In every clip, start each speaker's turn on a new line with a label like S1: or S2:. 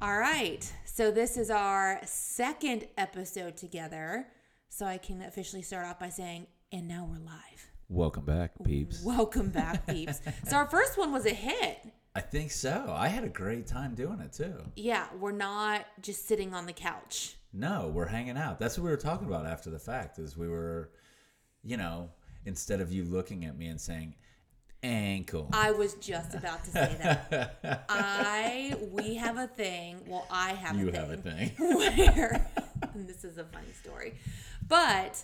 S1: All right. So this is our second episode together. So I can officially start off by saying, and now we're live.
S2: Welcome back, peeps.
S1: Welcome back, peeps. so our first one was a hit.
S2: I think so. I had a great time doing it too.
S1: Yeah, we're not just sitting on the couch.
S2: No, we're hanging out. That's what we were talking about after the fact is we were, you know, instead of you looking at me and saying ankle.
S1: I was just about to say that. I we have a thing. Well, I have
S2: you
S1: a thing.
S2: have a thing.
S1: where and this is a funny story but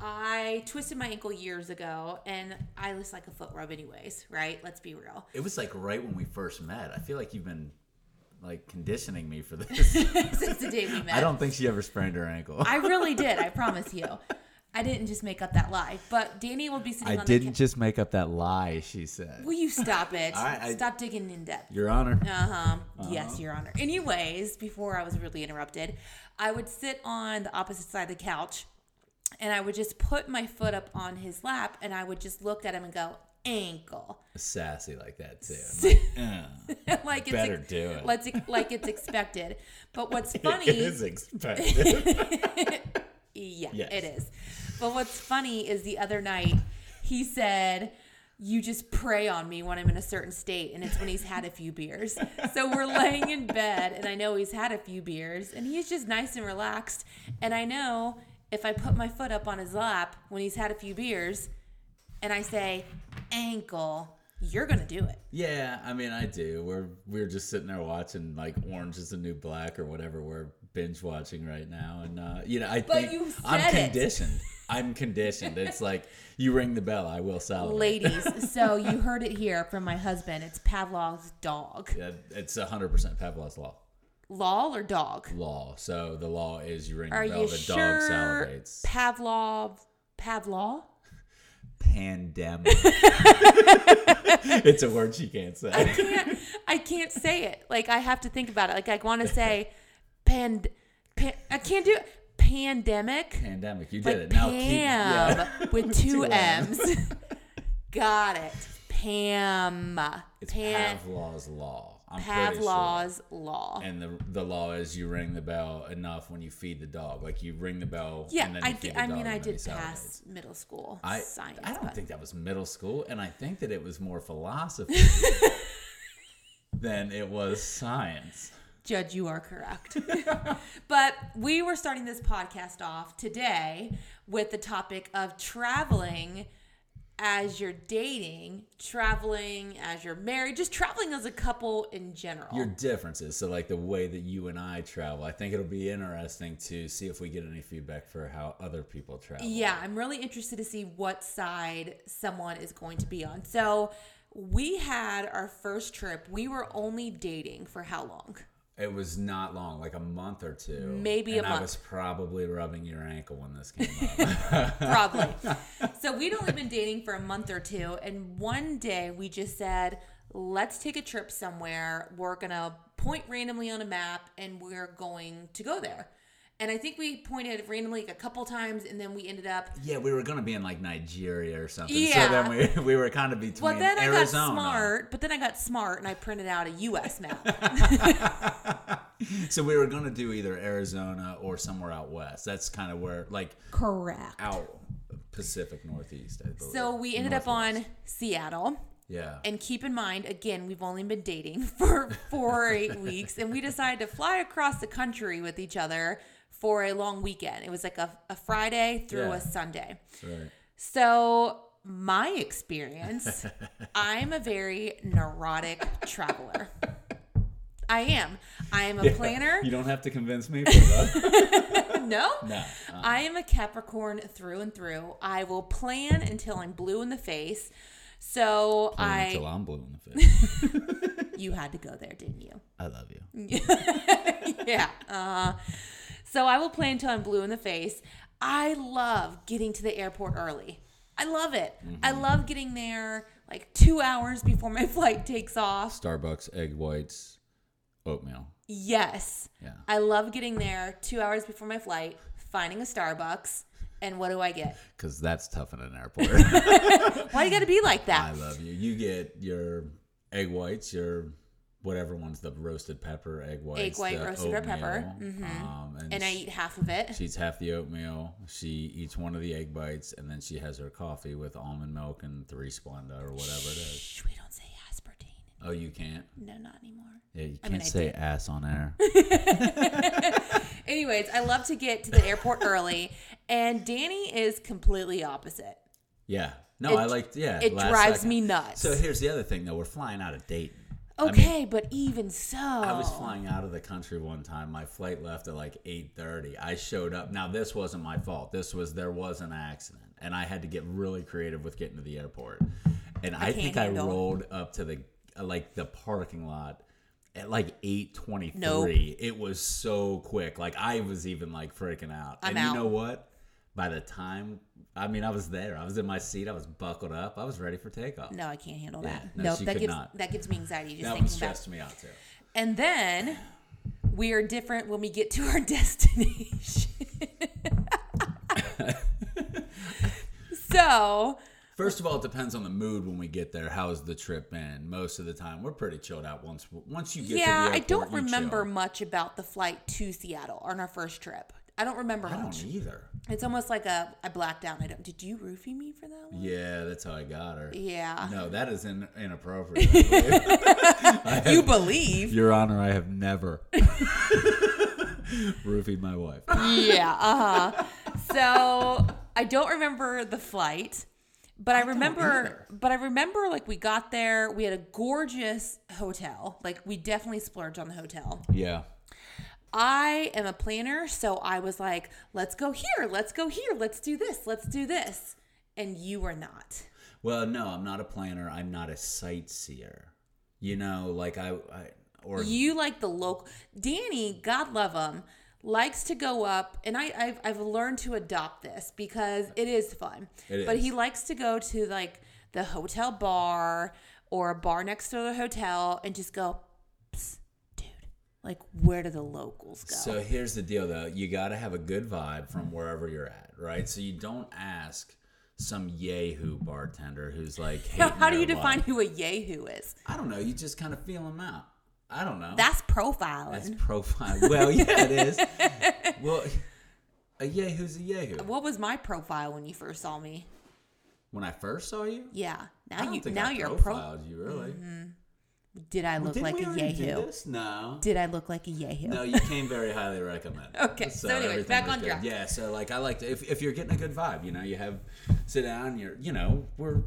S1: i twisted my ankle years ago and i was like a foot rub anyways right let's be real
S2: It was like right when we first met. I feel like you've been like conditioning me for this.
S1: since the day we met
S2: I don't think she ever sprained her ankle. I,
S1: I really did i promise you i didn't just make up that lie but danny will be sitting on
S2: didn't
S1: the
S2: just make up that lie she said.
S1: will you stop it
S2: I- I-
S1: stop digging in depth
S2: Your Honor.
S1: Uh-huh. Yes, Your Honor. Anyways, before I was really interrupted, I would sit on the opposite side of the couch and I would just put my foot up on his lap and I would just look at him and go, ankle.
S2: Sassy like that too. Ugh.
S1: like it's
S2: Better do it.
S1: Let's, like it's expected. But what's funny
S2: It is expected.
S1: Yeah,
S2: Yes.
S1: it is. But what's funny is the other night he said, You just prey on me when I'm in a certain state. And it's when he's had a few beers. So we're laying in bed, and I know he's had a few beers, and he's just nice and relaxed. And I know if I put my foot up on his lap when he's had a few beers and I say, Ankle, you're going to do it.
S2: Yeah, I mean, I do. We're we're just sitting there watching like Orange is the New Black or whatever we're binge watching right now, and uh, you know, I think
S1: you
S2: I'm
S1: said it.
S2: conditioned. I'm conditioned. It's like you ring the bell, I will salivate.
S1: Ladies, so you heard it here from my husband. It's Pavlov's dog.
S2: Yeah, It's hundred percent Pavlov's law.
S1: Law or dog?
S2: Law. So the law is you ring
S1: Are
S2: the bell,
S1: you
S2: the
S1: sure?
S2: dog salivates.
S1: Pavlov, Pavlov.
S2: Pandemic. it's a word she can't say.
S1: Can't, I can't say it. Like I have to think about it. Like I want to say, pand, pan, I can't do it. Pandemic.
S2: Pandemic. You did
S1: Like
S2: it. Now
S1: Pam
S2: keep. Yeah.
S1: with two,
S2: Two
S1: M's.
S2: M's.
S1: Got it. Pam.
S2: It's
S1: Pan,
S2: Pavlov's law. I'm pretty sure.
S1: Pavlov's law.
S2: and the the law is you ring the bell enough when you feed the dog. Like you ring the bell.
S1: Yeah,
S2: and then you
S1: I,
S2: feed
S1: did,
S2: the
S1: I
S2: dog
S1: mean,
S2: and
S1: I
S2: then
S1: did
S2: he salivates.
S1: pass middle school
S2: I,
S1: science.
S2: I don't
S1: but-
S2: think that was middle school, and I think that it was more philosophy than it was science.
S1: Judge, you are correct. but we were starting this podcast off today with the topic of traveling as you're dating, traveling as you're married, just traveling as a couple in general.
S2: Your differences, so like the way that you and I travel, I think it'll be interesting to see if we get any feedback for how other people travel.
S1: yeah, I'm really interested to see what side someone is going to be on. So, we had our first trip. We were only dating for how long?
S2: It was not long, like a month or two.
S1: Maybe a
S2: and I
S1: month.
S2: was probably rubbing your ankle when this came up.
S1: Probably. so we'd only been dating for a month or two, and one day we just said, "Let's take a trip somewhere. We're gonna point randomly on a map, and we're going to go there." And I think we pointed randomly like a couple times, and then we ended up.
S2: Yeah, we were gonna be in like Nigeria or something.
S1: Yeah.
S2: So then we, we were kind of between
S1: Well, then I got
S2: Arizona.
S1: smart, but then I got smart and I printed out a U.S. map.
S2: So we were gonna do either Arizona or somewhere out west. That's kind of where like
S1: Correct.
S2: out Pacific Northeast. I believe.
S1: So we ended up on
S2: Northwest.
S1: Seattle.
S2: yeah.
S1: And keep in mind, again, we've only been dating for four or eight weeks, and we decided to fly across the country with each other for a long weekend. It was like a, a Friday through
S2: Yeah.
S1: a Sunday.
S2: right.
S1: So, my experience, I'm a very neurotic traveler. I am. I am a planner.
S2: You don't have to convince me. uh, For that.
S1: No?
S2: no.
S1: I am a Capricorn through and through. I will plan until I'm blue in the face. So,
S2: Until
S1: I.
S2: I'm blue in the face.
S1: You had to go there, didn't you?
S2: I love you.
S1: yeah. Uh, so I will play until I'm blue in the face. I love getting to the airport early. I love it. I
S2: Mm-hmm.
S1: love getting there like two hours before my flight takes off.
S2: Starbucks egg whites, oatmeal.
S1: Yes.
S2: Yeah.
S1: I love getting there two hours before my flight, finding a Starbucks. And what do I get?
S2: Because that's tough in an airport.
S1: Why you gotta be like
S2: I
S1: that?
S2: love you. You get your egg whites, your whatever one's the roasted pepper, egg whites,
S1: Egg white,
S2: the
S1: roasted red pepper. Mm-hmm.
S2: oatmeal, Um, and
S1: and I
S2: she-
S1: eat half of it.
S2: she eats half the oatmeal. She eats one of the egg bites, and then she has her coffee with almond milk and three Splenda or whatever it is.
S1: Shh, we don't say aspartame.
S2: Oh, you can't.
S1: No, not anymore.
S2: Yeah, you
S1: I
S2: can't
S1: mean, I
S2: say
S1: did.
S2: ass on air.
S1: Anyways, I love to get to the airport early, and Danny is completely opposite.
S2: Yeah. No,
S1: It-
S2: I liked. Yeah,
S1: It
S2: last
S1: drives
S2: second.
S1: me nuts.
S2: So here's the other thing, though. We're flying out of Dayton.
S1: okay, but even so,
S2: I was
S1: Oh.
S2: flying out of the country one time. My flight left at like 8:30. I showed up. Now this wasn't my fault. This was there was an accident and I had to get really creative with getting to the airport. And I,
S1: can't
S2: think I
S1: handle.
S2: rolled up to the like the parking lot at like 8:23.
S1: Nope.
S2: It was so quick. Like I was even like freaking out.
S1: I'm
S2: and
S1: out.
S2: you know what? By the time I mean I was there. I was in my seat. I was buckled up. I was ready for takeoff.
S1: No, I can't handle that.
S2: no,
S1: no,
S2: she
S1: that
S2: could
S1: gives
S2: not.
S1: that gives me anxiety just
S2: that one
S1: thinking about.
S2: stressed me out too.
S1: And then we are different when we get to our destination. so
S2: First of all, it depends on the mood when we get there. How's the trip been? Most of the time, we're pretty chilled out. Once once you get to the
S1: yeah, I
S2: airport,
S1: don't
S2: you
S1: remember
S2: chill.
S1: much about the flight to Seattle on our first trip. I don't remember
S2: I
S1: much.
S2: don't either.
S1: It's almost like a I blacked out. I don't. Did you roofie me for that one?
S2: Yeah, that's how I got her.
S1: Yeah.
S2: No, that is in, inappropriate.
S1: You believe?
S2: Your Honor, I have never roofied my wife.
S1: yeah. Uh huh. So I don't remember the flight, but I, remember.
S2: either.
S1: But I remember like we got there. We had a gorgeous hotel. Like we definitely splurged on the hotel.
S2: Yeah.
S1: I am a planner, so I was like, let's go here, let's go here, let's do this, let's do this. And you were not.
S2: Well, no, I'm not a planner. I'm not a sightseer. You know, like I, I or
S1: You like the local. Danny, God love him, likes to go up, and I, I've I've learned to adopt this because it is fun.
S2: It
S1: but
S2: is.
S1: he likes to go to like the hotel bar or a bar next to the hotel and just go, Psst, dude, like where do the locals go?
S2: So here's the deal, though. You got to have a good vibe
S1: Mm-hmm.
S2: from wherever you're at, right? So you don't ask some yahoo bartender who's like,
S1: how,
S2: hating
S1: how do
S2: their
S1: you define
S2: life.
S1: who a yahoo is?
S2: I don't know. You just kind of feel them out. I don't know.
S1: That's profiling.
S2: That's profile. Well, yeah, it is. well, a yahoo's a yahoo.
S1: What was my profile when you first saw me?
S2: When I first saw you,
S1: Yeah.
S2: I
S1: Now
S2: don't
S1: you
S2: think
S1: now
S2: I
S1: you're a pro.
S2: profiled you really.
S1: Did I look
S2: Didn't
S1: like
S2: we
S1: a
S2: already do
S1: yahoo?
S2: this? No.
S1: Did I look like a yahoo?
S2: No, you came very highly recommended.
S1: Okay, so anyways,
S2: everything
S1: back
S2: was
S1: on
S2: good.
S1: track.
S2: Yeah, so like I like to, if if you're getting a good vibe, you know, you have sit down, you're you know we're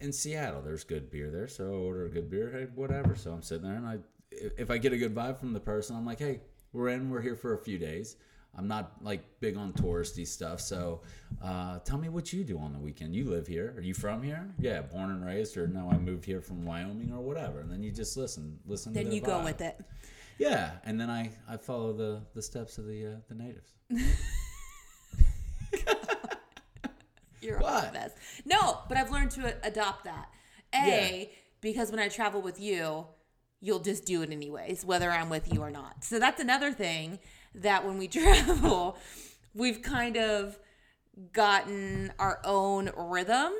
S2: in Seattle. There's good beer there, so I order a good beer, hey, whatever. So I'm sitting there, and I if if I get a good vibe from the person, I'm like, hey, we're in, we're here for a few days. I'm not like big on touristy stuff, so uh, tell me what you do on the weekend. You live here? Are you from here? Yeah, born and raised, or no, I moved here from Wyoming or whatever. And then you just listen, listen. to
S1: Then
S2: their
S1: you go
S2: vibe.
S1: with it.
S2: Yeah, and then I, I follow the, the steps of the uh, the natives.
S1: You're the
S2: What?
S1: best. No, but I've learned to adopt that. A because when I travel with you, you'll just do it anyways, whether I'm with you or not. So that's another thing that when we travel, we've kind of gotten our own rhythm.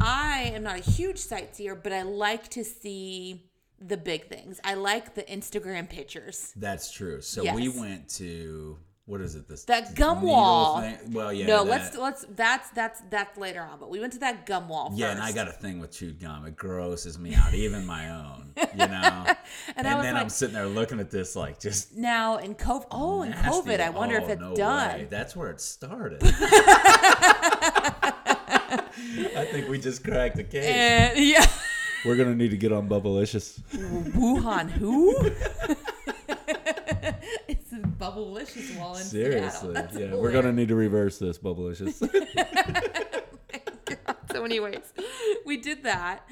S1: I am not a huge sightseer, but I like to see the big things. I like the Instagram pictures.
S2: That's true. So we
S1: Yes.
S2: went to what is it? This
S1: That gum
S2: needle
S1: wall.
S2: Thing? Well, yeah.
S1: no,
S2: that-
S1: let's let's that's that's that's later on, but we went to that gum wall
S2: Yeah,
S1: first.
S2: and I got a thing with chewed gum. It grosses me out, even my own. You know. and
S1: I was
S2: then
S1: like-
S2: I'm sitting there looking at this like just.
S1: now in COVID. Oh, in
S2: nasty.
S1: COVID, I wonder if
S2: Oh,
S1: it's
S2: no
S1: done.
S2: way. That's where it started. I think we just cracked the case.
S1: And yeah,
S2: We're gonna need to get on Bubblicious.
S1: Wuhan who? it's a bubblelicious wall in Seattle. That's hilarious.
S2: need to reverse this Bubblicious.
S1: So, anyways, we did that,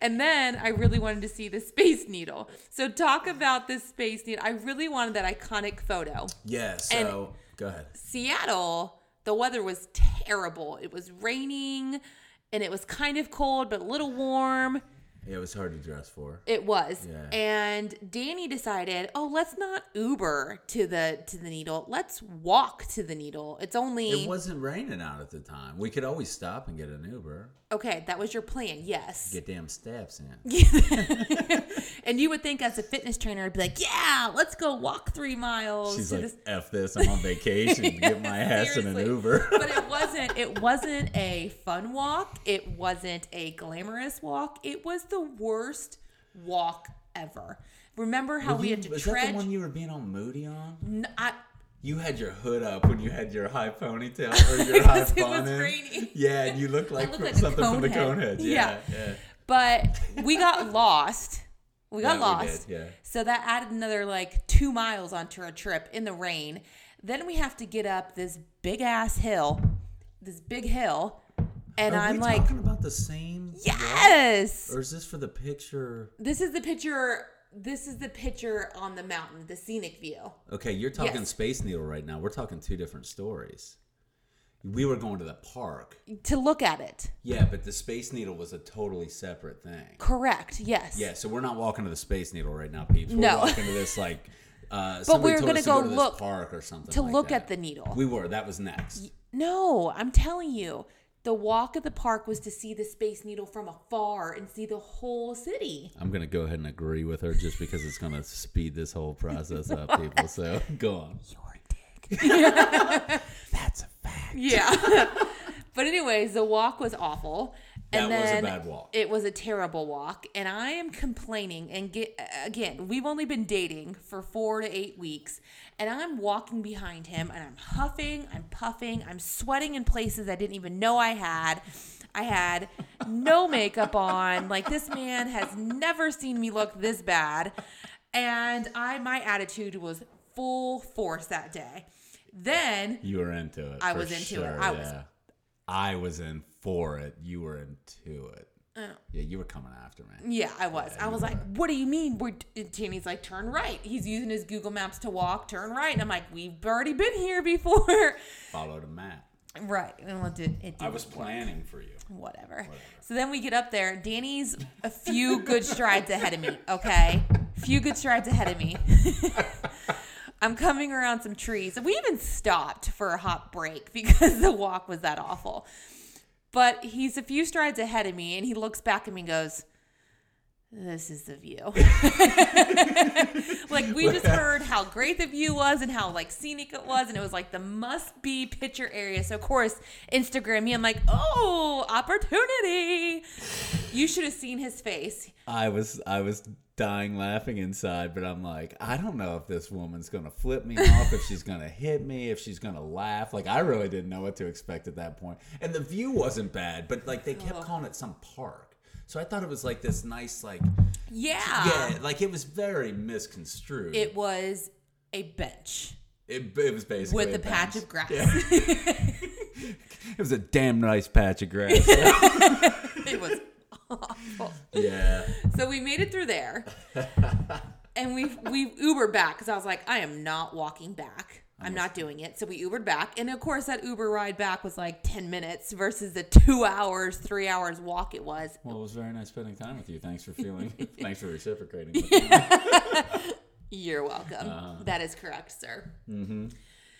S1: and then I really wanted to see the space needle. So, talk about this space needle. I really wanted that iconic photo.
S2: yeah. So go ahead.
S1: Seattle, the weather was terrible. It was raining and it was kind of cold, but a little warm.
S2: It was hard to dress for.
S1: It was.
S2: Yeah.
S1: And Danny decided, "Oh, let's not Uber to the to the needle. Let's walk to the needle. It's only
S2: It wasn't raining out at the time. We could always stop and get an Uber.
S1: Okay, that was your plan. Yes.
S2: Get damn steps in.
S1: And you would think as a fitness trainer I'd be like, "Yeah, let's go walk 3 miles."
S2: She's
S1: to
S2: like,
S1: this-
S2: "F this! I'm on vacation. Get my ass in an
S1: seriously.
S2: Uber."
S1: but it wasn't it wasn't a fun walk. It wasn't a glamorous walk. It was the worst walk ever. Remember how Oh, we
S2: You-
S1: had to Mm.
S2: was that the
S1: tread
S2: one you were being all moody on?
S1: N- I-
S2: You had your hood up when you had your high ponytail or your high
S1: Because it was
S2: bun in.
S1: raining.
S2: Yeah, and you looked like,
S1: looked
S2: from-
S1: like a
S2: something from the
S1: conehead.
S2: Coneheads. Yeah, yeah.
S1: but we got lost. We got
S2: Yeah, we did,
S1: lost.
S2: yeah.
S1: So that added another like two miles onto our trip in the rain. Then we have to get up this big ass hill, this big hill, and
S2: Are
S1: I'm
S2: we
S1: like,
S2: talking about the same?
S1: yes.
S2: Or is this for the picture?
S1: This is the picture. This is the picture on the mountain, the scenic view.
S2: Okay, you're talking
S1: Yes.
S2: Space Needle right now. We're talking two different stories. We were going to the park.
S1: To look at it,
S2: Yeah, but the Space Needle was a totally separate thing.
S1: correct? Yes.
S2: Yeah, so we're not walking to the Space Needle right now, peeps. We're
S1: No.
S2: walking to this like. Uh, somebody
S1: we're
S2: told
S1: gonna
S2: us to go,
S1: go
S2: to this
S1: look-
S2: park or something
S1: to
S2: like
S1: look
S2: that.
S1: at the needle.
S2: We were. That was next.
S1: No, I'm telling you, the walk of the park was to see the Space Needle from afar and see the whole city.
S2: I'm gonna go ahead and agree with her just because it's gonna speed this whole process up, people. So go on.
S1: Your dick.
S2: That's a fact.
S1: Yeah. but anyways, the walk was awful. And
S2: That was a
S1: then
S2: bad walk.
S1: It was a terrible walk, and I am complaining. And get again, we've only been dating for four to eight weeks, and I'm walking behind him, and I'm huffing, I'm puffing, I'm sweating in places I didn't even know I had. I had no makeup on. Like this man has never seen me look this bad, and I my attitude was full force that day. Then
S2: You were into it.
S1: I
S2: for
S1: was into it.
S2: sure,
S1: I was-
S2: I was in for it. You were into it.
S1: Oh.
S2: Yeah, you were coming after me.
S1: Yeah, I was. I was like, "What do you mean?" We're Timmy's like, "Turn right." He's using his Google Maps to walk. Turn right. And I'm like, "We've already been here before."
S2: Follow the map.
S1: right. And it did. It did
S2: I was planning for you.
S1: whatever. So then we get up there. Danny's a few good strides ahead of me. Okay, few good strides ahead of me. I'm coming around some trees. We even stopped for a hot break because the walk was that awful. But he's a few strides ahead of me, and he looks back at me and goes. This is the view. like we just heard how great the view was and how like scenic it was, and it was like the must be picture area. So of course, Instagram me, I'm like, oh, opportunity. You should have seen his face.
S2: I was I was dying laughing inside, but I'm like, I don't know if this woman's gonna flip me off, if she's gonna hit me, if she's gonna laugh. Like I really didn't know what to expect at that point. And the view wasn't bad, but like they kept calling it some park. So I thought it was like this nice like
S1: Yeah.
S2: Yeah, like it was very misconstrued.
S1: It was a bench
S2: it, it was basically
S1: with a patch
S2: bench.
S1: of grass.
S2: It was a damn nice patch of grass.
S1: it was awful.
S2: yeah.
S1: So we made it through there, and we we Ubered back because I was like, I am not walking back. I'm not doing it. So we Ubered back, and of course that Uber ride back was like ten minutes versus the two hours, three hours walk it was.
S2: Well, it was very nice spending time with you. Thanks for feeling. thanks for reciprocating. with me.
S1: You're welcome.
S2: Uh-huh.
S1: That is correct, sir. Mm-hmm.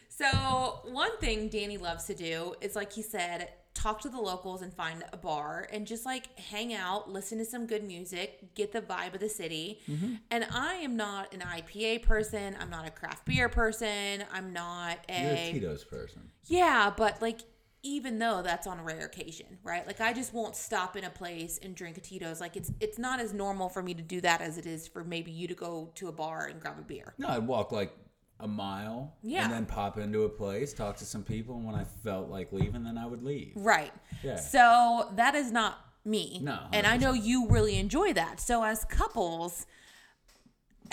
S1: So, one thing Danny loves to do is, like he said, talk to the locals and find a bar and just like hang out, listen to some good music, get the vibe of the city.
S2: Mm-hmm.
S1: And I am not an IPA person. I'm not a craft beer person. I'm not
S2: You're a
S1: a.
S2: Tito's person.
S1: yeah, but like. Even though that's on a rare occasion, right? Like I just won't stop in a place and drink a Tito's. Like it's it's not as normal for me to do that as it is for maybe you to go to a bar and grab a beer.
S2: No, I'd walk like a mile
S1: Yeah.
S2: and then pop into a place, talk to some people, and when I felt like leaving, then I would leave.
S1: Right.
S2: Yeah.
S1: So that is not me.
S2: No,
S1: And I know you really enjoy that. So as couples,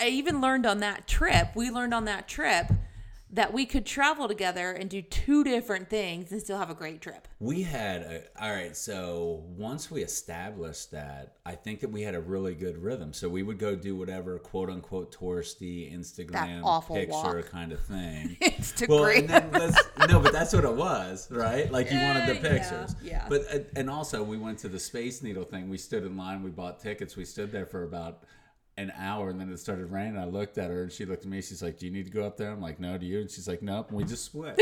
S1: I even learned on that trip, we learned on that trip that we could travel together and do two different things and still have a great trip.
S2: We had a, all right. So once we established that, I think that we had a really good rhythm. So we would go do whatever quote unquote touristy Instagram
S1: awful
S2: picture
S1: walk.
S2: kind of thing. well,
S1: Instagram.
S2: and then that's, no, but that's what it was, right? Like you wanted the
S1: Yeah, yeah,
S2: pictures.
S1: yeah.
S2: But uh, and also we went to the Space Needle thing. We stood in line. We bought tickets. We stood there for about. An hour and then it started raining. I looked at her and she looked at me. She's like, "Do you need to go up there?" I'm like, "No." Do you? And she's like, "Nope." And we just split.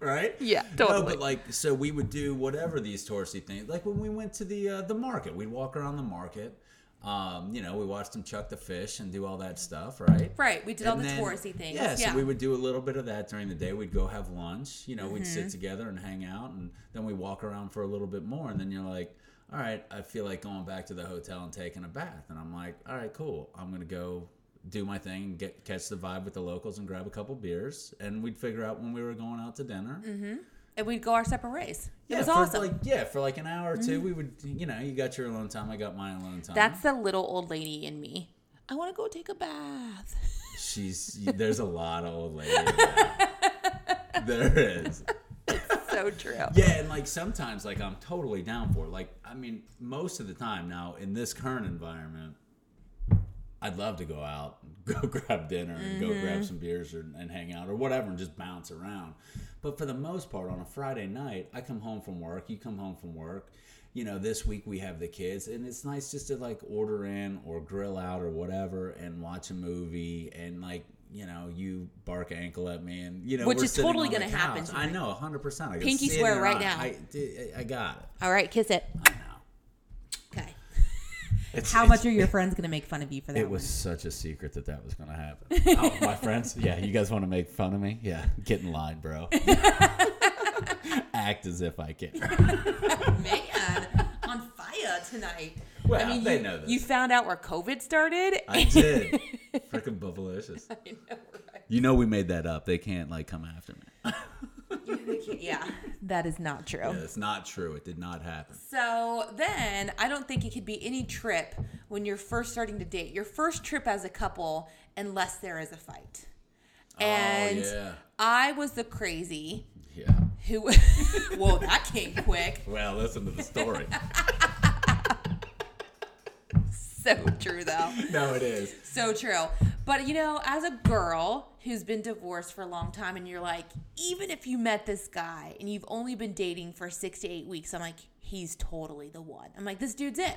S2: right?
S1: Yeah,
S2: No,
S1: totally.
S2: but like, so we would do whatever these touristy things. Like when we went to the uh, the market, we'd walk around the market. Um, you know, we watched them chuck the fish and do all that stuff, right?
S1: right. We did all
S2: And
S1: the
S2: then-
S1: touristy things.
S2: Yeah,
S1: Yeah.
S2: so we would do a little bit of that during the day. We'd go have lunch. You know, we'd
S1: Mm-hmm.
S2: sit together and hang out, and then we walk around for a little bit more. And then you're like, all right, I feel like going back to the hotel and taking a bath. And I'm like, all right, cool. I'm gonna go do my thing and get catch the vibe with the locals and grab a couple beers. And we'd figure out when we were going out to dinner.
S1: and we'd go our separate ways. It
S2: Yeah,
S1: was
S2: for
S1: awesome. Mm-hmm.
S2: Like, yeah, for like an hour or 2 we would, you know, you got your alone time. I got my alone time.
S1: That's the little old lady in me. I want to go take a bath.
S2: she's. There's a lot of old ladies. around. there is.
S1: so true.
S2: Yeah, and like sometimes, like I'm totally down for. it. Like, I mean, most of the time now in this current environment, I'd love to go out, go grab dinner, and go
S1: Mm-hmm.
S2: grab some beers or, and hang out or whatever, and just bounce around. But for the most part, on a Friday night, I come home from work. You come home from work. You know, this week we have the kids, and it's nice just to like order in or grill out or whatever, and watch a movie and like. You know, you bark ankle at me, and you know
S1: Which
S2: we're
S1: is
S2: sitting
S1: totally
S2: on the
S1: gonna happen
S2: couch. I know, hundred percent. I can
S1: Pinky
S2: see it in
S1: swear
S2: your
S1: right
S2: eye.
S1: now.
S2: I, d- I got it.
S1: All right, kiss it.
S2: I know.
S1: Okay.
S2: It's,
S1: How
S2: it's-
S1: much are your friends going to make fun of you for that?
S2: It was such a secret that that was going to happen. oh, my friends, yeah, you guys want to make fun of me? Yeah, get in line, bro. Act as if I care.
S1: one? man on fire tonight.
S2: Well,
S1: I mean,
S2: they
S1: you,
S2: know this.
S1: you found out where COVID started.
S2: I did. Freaking bubblicious. You know we made that up. They can't like come after me.
S1: yeah, that is not true.
S2: That's not true. It did not happen.
S1: So then I don't think it could be any trip when you're first starting to date. Your first trip as a couple unless there is a fight. And
S2: oh yeah,
S1: I was the crazy
S2: yeah.
S1: who Whoa, that came quick.
S2: Well, listen to the story.
S1: So true though.
S2: no, it is.
S1: So true. But you know, as a girl who's been divorced for a long time and you're like, even if you met this guy and you've only been dating for 6 to 8 weeks, I'm like, he's totally the one. I'm like, this dude's it.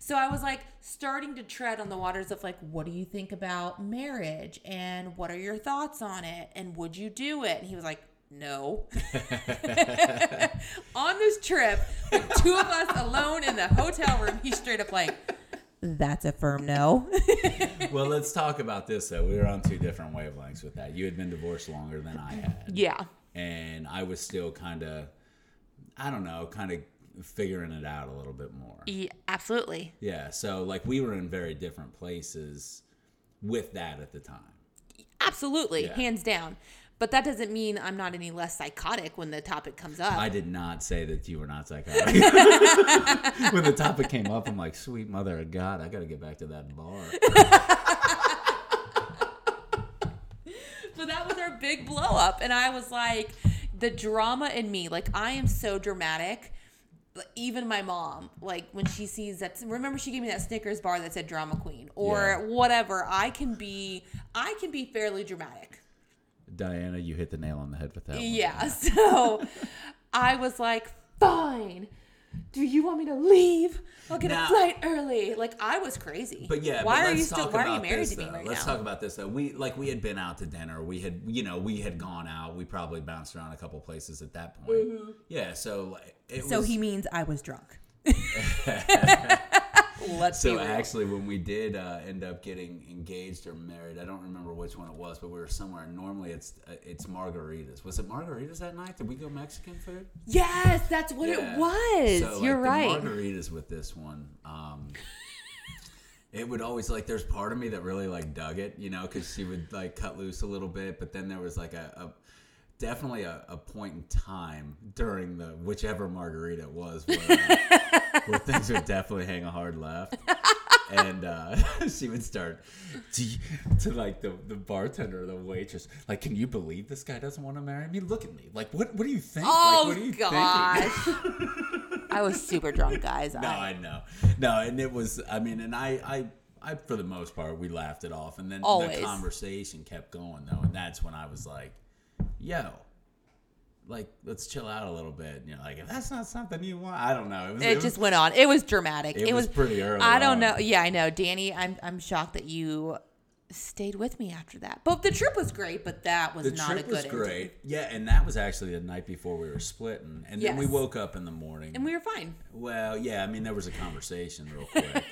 S1: So I was like starting to tread on the waters of like, what do you think about marriage and what are your thoughts on it and would you do it? And he was like, no. on this trip, with two of us alone in the hotel room, he's straight up like, that's a firm no.
S2: Well, let's talk about this though. We were on two different wavelengths with that. You had been divorced longer than I had.
S1: yeah.
S2: and I was still kind of, I don't know, kind of figuring it out a little bit more.
S1: Yeah, E, absolutely.
S2: Yeah, so like we were in very different places with that at the time.
S1: Absolutely.
S2: Yeah.
S1: Hands down. But that doesn't mean I'm not any less psychotic when the topic comes up.
S2: I did not say that you were not psychotic. when the topic came up, I'm like, sweet mother of God, I got to get back to that bar.
S1: but that was our big blow up. And I was like, the drama in me, like, I am so dramatic. But Even my mom, like when she sees that, remember she gave me that Snickers bar that said drama queen or
S2: Yeah.
S1: whatever. I can be, I can be fairly dramatic.
S2: Diana, you hit the nail on the head with that one.
S1: Yeah. So I was like, fine. Do you want me to leave? I'll get
S2: Now-
S1: a flight early. Like I was crazy.
S2: But yeah,
S1: why
S2: but
S1: are
S2: let's
S1: you still
S2: talk
S1: why are you
S2: about
S1: married
S2: this,
S1: to me
S2: though.
S1: right
S2: Let's
S1: now?
S2: talk about this though. We like we had been out to dinner. We had you know we had gone out. We probably bounced around a couple places at that point. Yeah, so like, it
S1: Mm-hmm. so
S2: was,
S1: he means I was drunk. Let's
S2: So
S1: be real.
S2: actually, when we did uh, end up getting engaged or married, I don't remember which one it was, but we were somewhere. and Normally, it's uh, it's margaritas. Was it margaritas that night? Did we go Mexican food?
S1: yes, that's what
S2: Yeah.
S1: it was.
S2: So, like,
S1: You're
S2: the
S1: right.
S2: Margaritas with this one. Um, it would always like there's part of me that really like dug it, you know, because she would like cut loose a little bit, but then there was like a. a Definitely a, a point in time during the uh, whichever margarita it was where, where things would definitely hang a hard left. and uh, she would start to, to like the, the bartender, the waitress, like, can you believe this guy doesn't want to marry me? Look at me. Like, what what do you think?
S1: Oh
S2: like, what are you thinking?"
S1: gosh. I was super drunk, guys.
S2: No,
S1: I,
S2: I know. No, and it was. I mean, and I, I, I, for the most part, we laughed it off, and then
S1: Always.
S2: the conversation kept going though, and that's when I was like, "Yo, like, let's chill out a little bit." And you're like, "If that's not something you want, I don't know." It, was,
S1: it, just went on. It was dramatic. It,
S2: It was pretty early
S1: I don't
S2: on.
S1: know. Yeah, I know, Danny. I'm I'm shocked that you stayed with me after that. But the trip was great. But that was
S2: The
S1: not a
S2: trip
S1: good.
S2: was
S1: ending.
S2: great. Yeah, and that was actually the night before we were splitting, and then we
S1: Yes.
S2: woke up in the morning.
S1: And we were fine.
S2: well, yeah, I mean, there was a conversation real quick.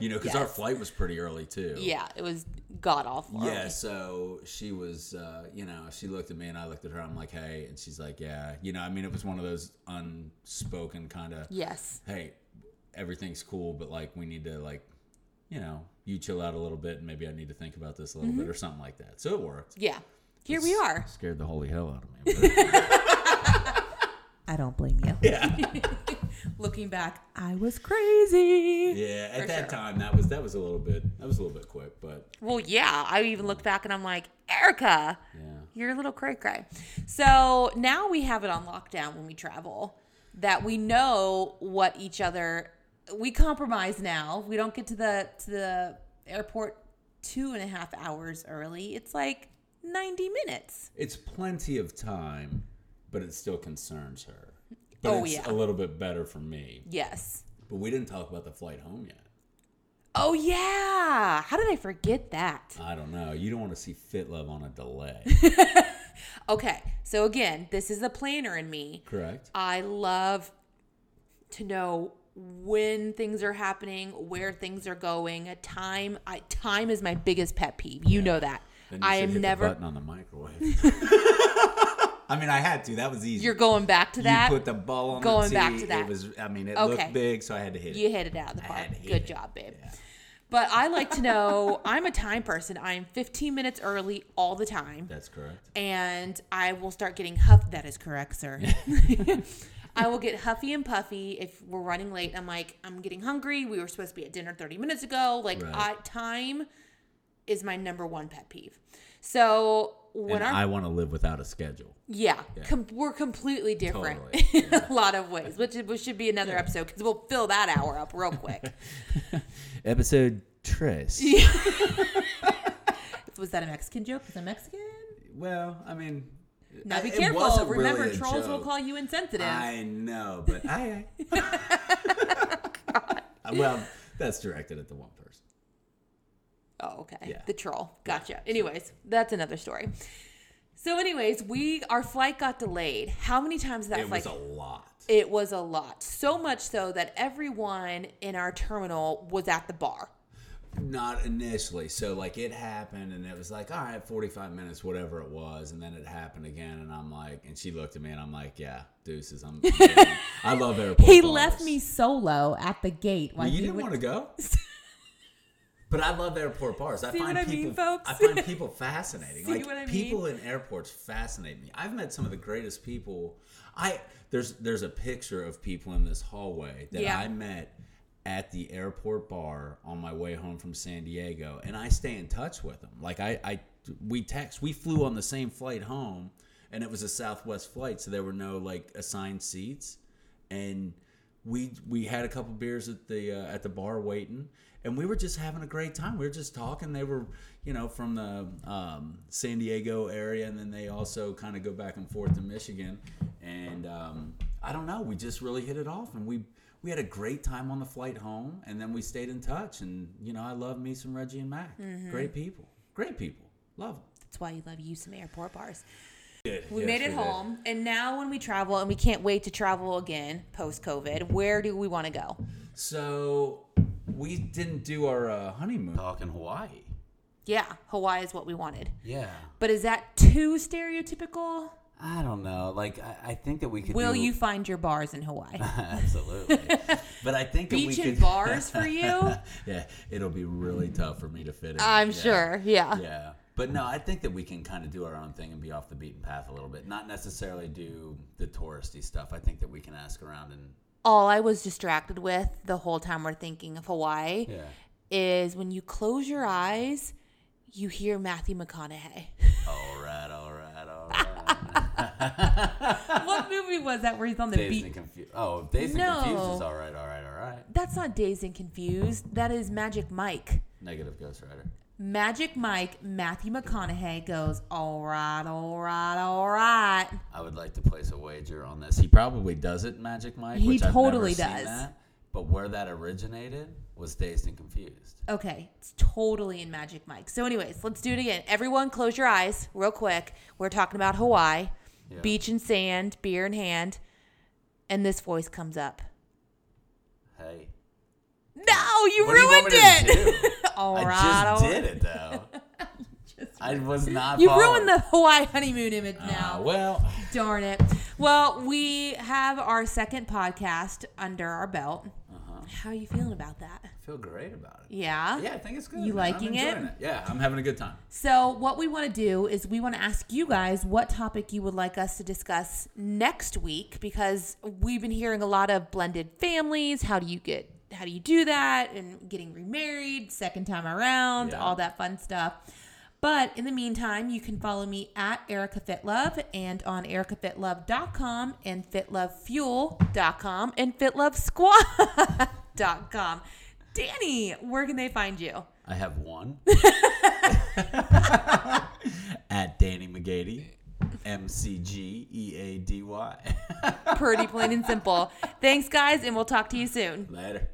S2: You know, because our flight was pretty early too.
S1: Yeah, it was god awful. early.
S2: Yeah, so she was, uh, you know, she looked at me and I looked at her. I'm like, hey, and she's like, yeah, you know, I mean, it was one of those unspoken kind of,
S1: Yes.
S2: hey, everything's cool, but like, we need to like, you know, you chill out a little bit, and maybe I need to think about this a little bit or something like that. So it worked.
S1: Yeah. Mm-hmm. Here we are.
S2: Scared the holy hell out of me. but-
S1: I don't blame you.
S2: yeah,
S1: Looking back, I was crazy.
S2: yeah. At
S1: For
S2: that
S1: sure.
S2: time, that was that was a little bit that was a little bit quick, but
S1: Well, yeah. I even look back and I'm like, Erica,
S2: yeah.
S1: you're a little cray cray. So now we have it on lockdown when we travel that we know what each other. We compromise now. We don't get to the to the airport two and a half hours early. It's like ninety minutes.
S2: it's plenty of time, but it still concerns her. But
S1: Oh,
S2: it's
S1: yeah.
S2: a little bit better for me.
S1: Yes.
S2: But we didn't talk about the flight home yet.
S1: Oh yeah. How did I forget that?
S2: I don't know. You don't want to see Fit Love on a delay,
S1: Okay. So again, this is the planner in me.
S2: correct?
S1: I love to know when things are happening, where things are going. A time, I time is my biggest pet peeve. You know that.
S2: Then you
S1: I
S2: should
S1: am
S2: hit the
S1: never.
S2: button on the microwave. I mean, I had to. That was easy.
S1: You're going back to that.
S2: you put the ball on
S1: going
S2: the tee.
S1: back to that.
S2: It was. I mean, it
S1: Okay.
S2: looked big, so I had to hit
S1: You
S2: it.
S1: hit it out of the park.
S2: had to hit
S1: Good
S2: it.
S1: job, babe. But I like to know. I'm a time person. I am 15 minutes early all the time.
S2: That's correct.
S1: and I will start getting huff. That is correct, sir. I will get huffy and puffy if we're running late. I'm like, I'm getting hungry. We were supposed to be at dinner 30 minutes ago. Like,
S2: Right.
S1: I, time is my number one pet peeve. So when
S2: And
S1: our
S2: I want to live without a schedule.
S1: yeah, Com- we're completely different
S2: Totally,
S1: in a lot of ways, which, is- which should be another episode because we'll fill that hour up real quick.
S2: Episode tres.
S1: Was that a Mexican joke? Because I'm Mexican.
S2: Well, I mean,
S1: Now be
S2: Uh, it
S1: careful.
S2: wasn't
S1: Remember,
S2: really a
S1: trolls will
S2: joke.
S1: call you insensitive.
S2: I know, but I. well, that's directed at the one person.
S1: Oh, okay.
S2: Yeah.
S1: The troll. Gotcha. Anyways, that's another story. So, anyways, we our flight got delayed. How many times did that
S2: it
S1: flight?
S2: was a lot.
S1: it was a lot. So much so that everyone in our terminal was at the bar.
S2: Not initially. So like it happened, and it was like, all right, forty-five minutes, whatever it was, and then it happened again, and I'm like, and she looked at me, and I'm like, yeah, deuces. I'm. I'm I love airport.
S1: He
S2: bars.
S1: left me solo at the gate. While
S2: Well, you
S1: he
S2: didn't
S1: went-
S2: want to go. But I love airport bars. I
S1: See what
S2: find
S1: I mean,
S2: people,
S1: folks?
S2: I find people fascinating.
S1: See
S2: like
S1: what I mean?
S2: people in airports fascinate me. I've met some of the greatest people. I there's there's a picture of people in this hallway that
S1: Yeah.
S2: I met at the airport bar on my way home from San Diego, and I stay in touch with them. Like I, I we text. We flew on the same flight home, and it was a Southwest flight, so there were no like assigned seats, and we we had a couple beers at the uh, at the bar waiting and we were just having a great time we were just talking they were you know from the um, san diego area and then they also kind of go back and forth to michigan and um, i don't know we just really hit it off and we we had a great time on the flight home and then we stayed in touch and you know i love me some reggie and mac
S1: Mm-hmm.
S2: great people great people love them
S1: That's why you love you some airport bars.
S2: Good.
S1: We
S2: Yes,
S1: made it
S2: did.
S1: home, and now when we travel, and we can't wait to travel again post COVID. Where do we want to go?
S2: so we didn't do our uh, honeymoon talk in hawaii
S1: Yeah, Hawaii is what we wanted.
S2: yeah
S1: But is that too stereotypical?
S2: I don't know. Like I, I think that we could.
S1: Will
S2: do-
S1: you find your bars in Hawaii?
S2: absolutely? but I think
S1: Beach
S2: that we
S1: and
S2: could.
S1: bars for you?
S2: yeah, it'll be really tough for me to fit in.
S1: I'm
S2: Yeah.
S1: sure. Yeah.
S2: Yeah, but no, I think that we can kind of do our own thing and be off the beaten path a little bit. Not necessarily do the touristy stuff. I think that we can ask around and
S1: All I was distracted with the whole time we're thinking of Hawaii
S2: yeah,
S1: is when you close your eyes, you hear Matthew McConaughey.
S2: All right, all right, all right.
S1: what movie was that where he's on the
S2: Dazed
S1: beach?
S2: and confused. Oh, dazed
S1: No.
S2: and confused is all right, all right, all right.
S1: That's not Dazed and Confused. That is Magic Mike.
S2: Negative Ghost Rider.
S1: Magic Mike, Matthew McConaughey goes, all right, all right, all right.
S2: I would like to place a wager on this. He probably does it, Magic Mike.
S1: He
S2: which I've
S1: totally
S2: never
S1: does.
S2: Seen that, but where that originated was dazed and confused.
S1: Okay, it's totally in Magic Mike. So, anyways, let's do it again. Everyone, close your eyes real quick. We're talking about Hawaii,
S2: Yeah.
S1: beach and sand, beer in hand, and this voice comes up.
S2: Hey,
S1: No, you
S2: What do you
S1: ruined
S2: want me to
S1: it. all right,
S2: I just
S1: all
S2: did it though. I was not.
S1: You
S2: following.
S1: ruined the Hawaii honeymoon image
S2: Ah,
S1: now.
S2: well,
S1: Darn it. Well, we have our second podcast under our belt. How are you feeling about that?
S2: I feel great about it.
S1: Yeah.
S2: Uh-huh. Yeah, I think it's good.
S1: You
S2: man. I'm
S1: liking it?
S2: enjoying Yeah, I'm having a good time.
S1: So, what we want to do is we want to ask you guys what topic you would like us to discuss next week because we've been hearing a lot of blended families. How do you get, how do you do that? And getting remarried, second time around,
S2: Yeah.
S1: all that fun stuff. But in the meantime, you can follow me at Erica Fitlove and on ericafitlove.com and fitlovefuel.com and fitlovesquad.com. Danny, where can they find you?
S2: I have one at Danny McGady, M C G E A D Y.
S1: pretty plain and simple. Thanks, guys, and we'll talk to you soon.
S2: Later.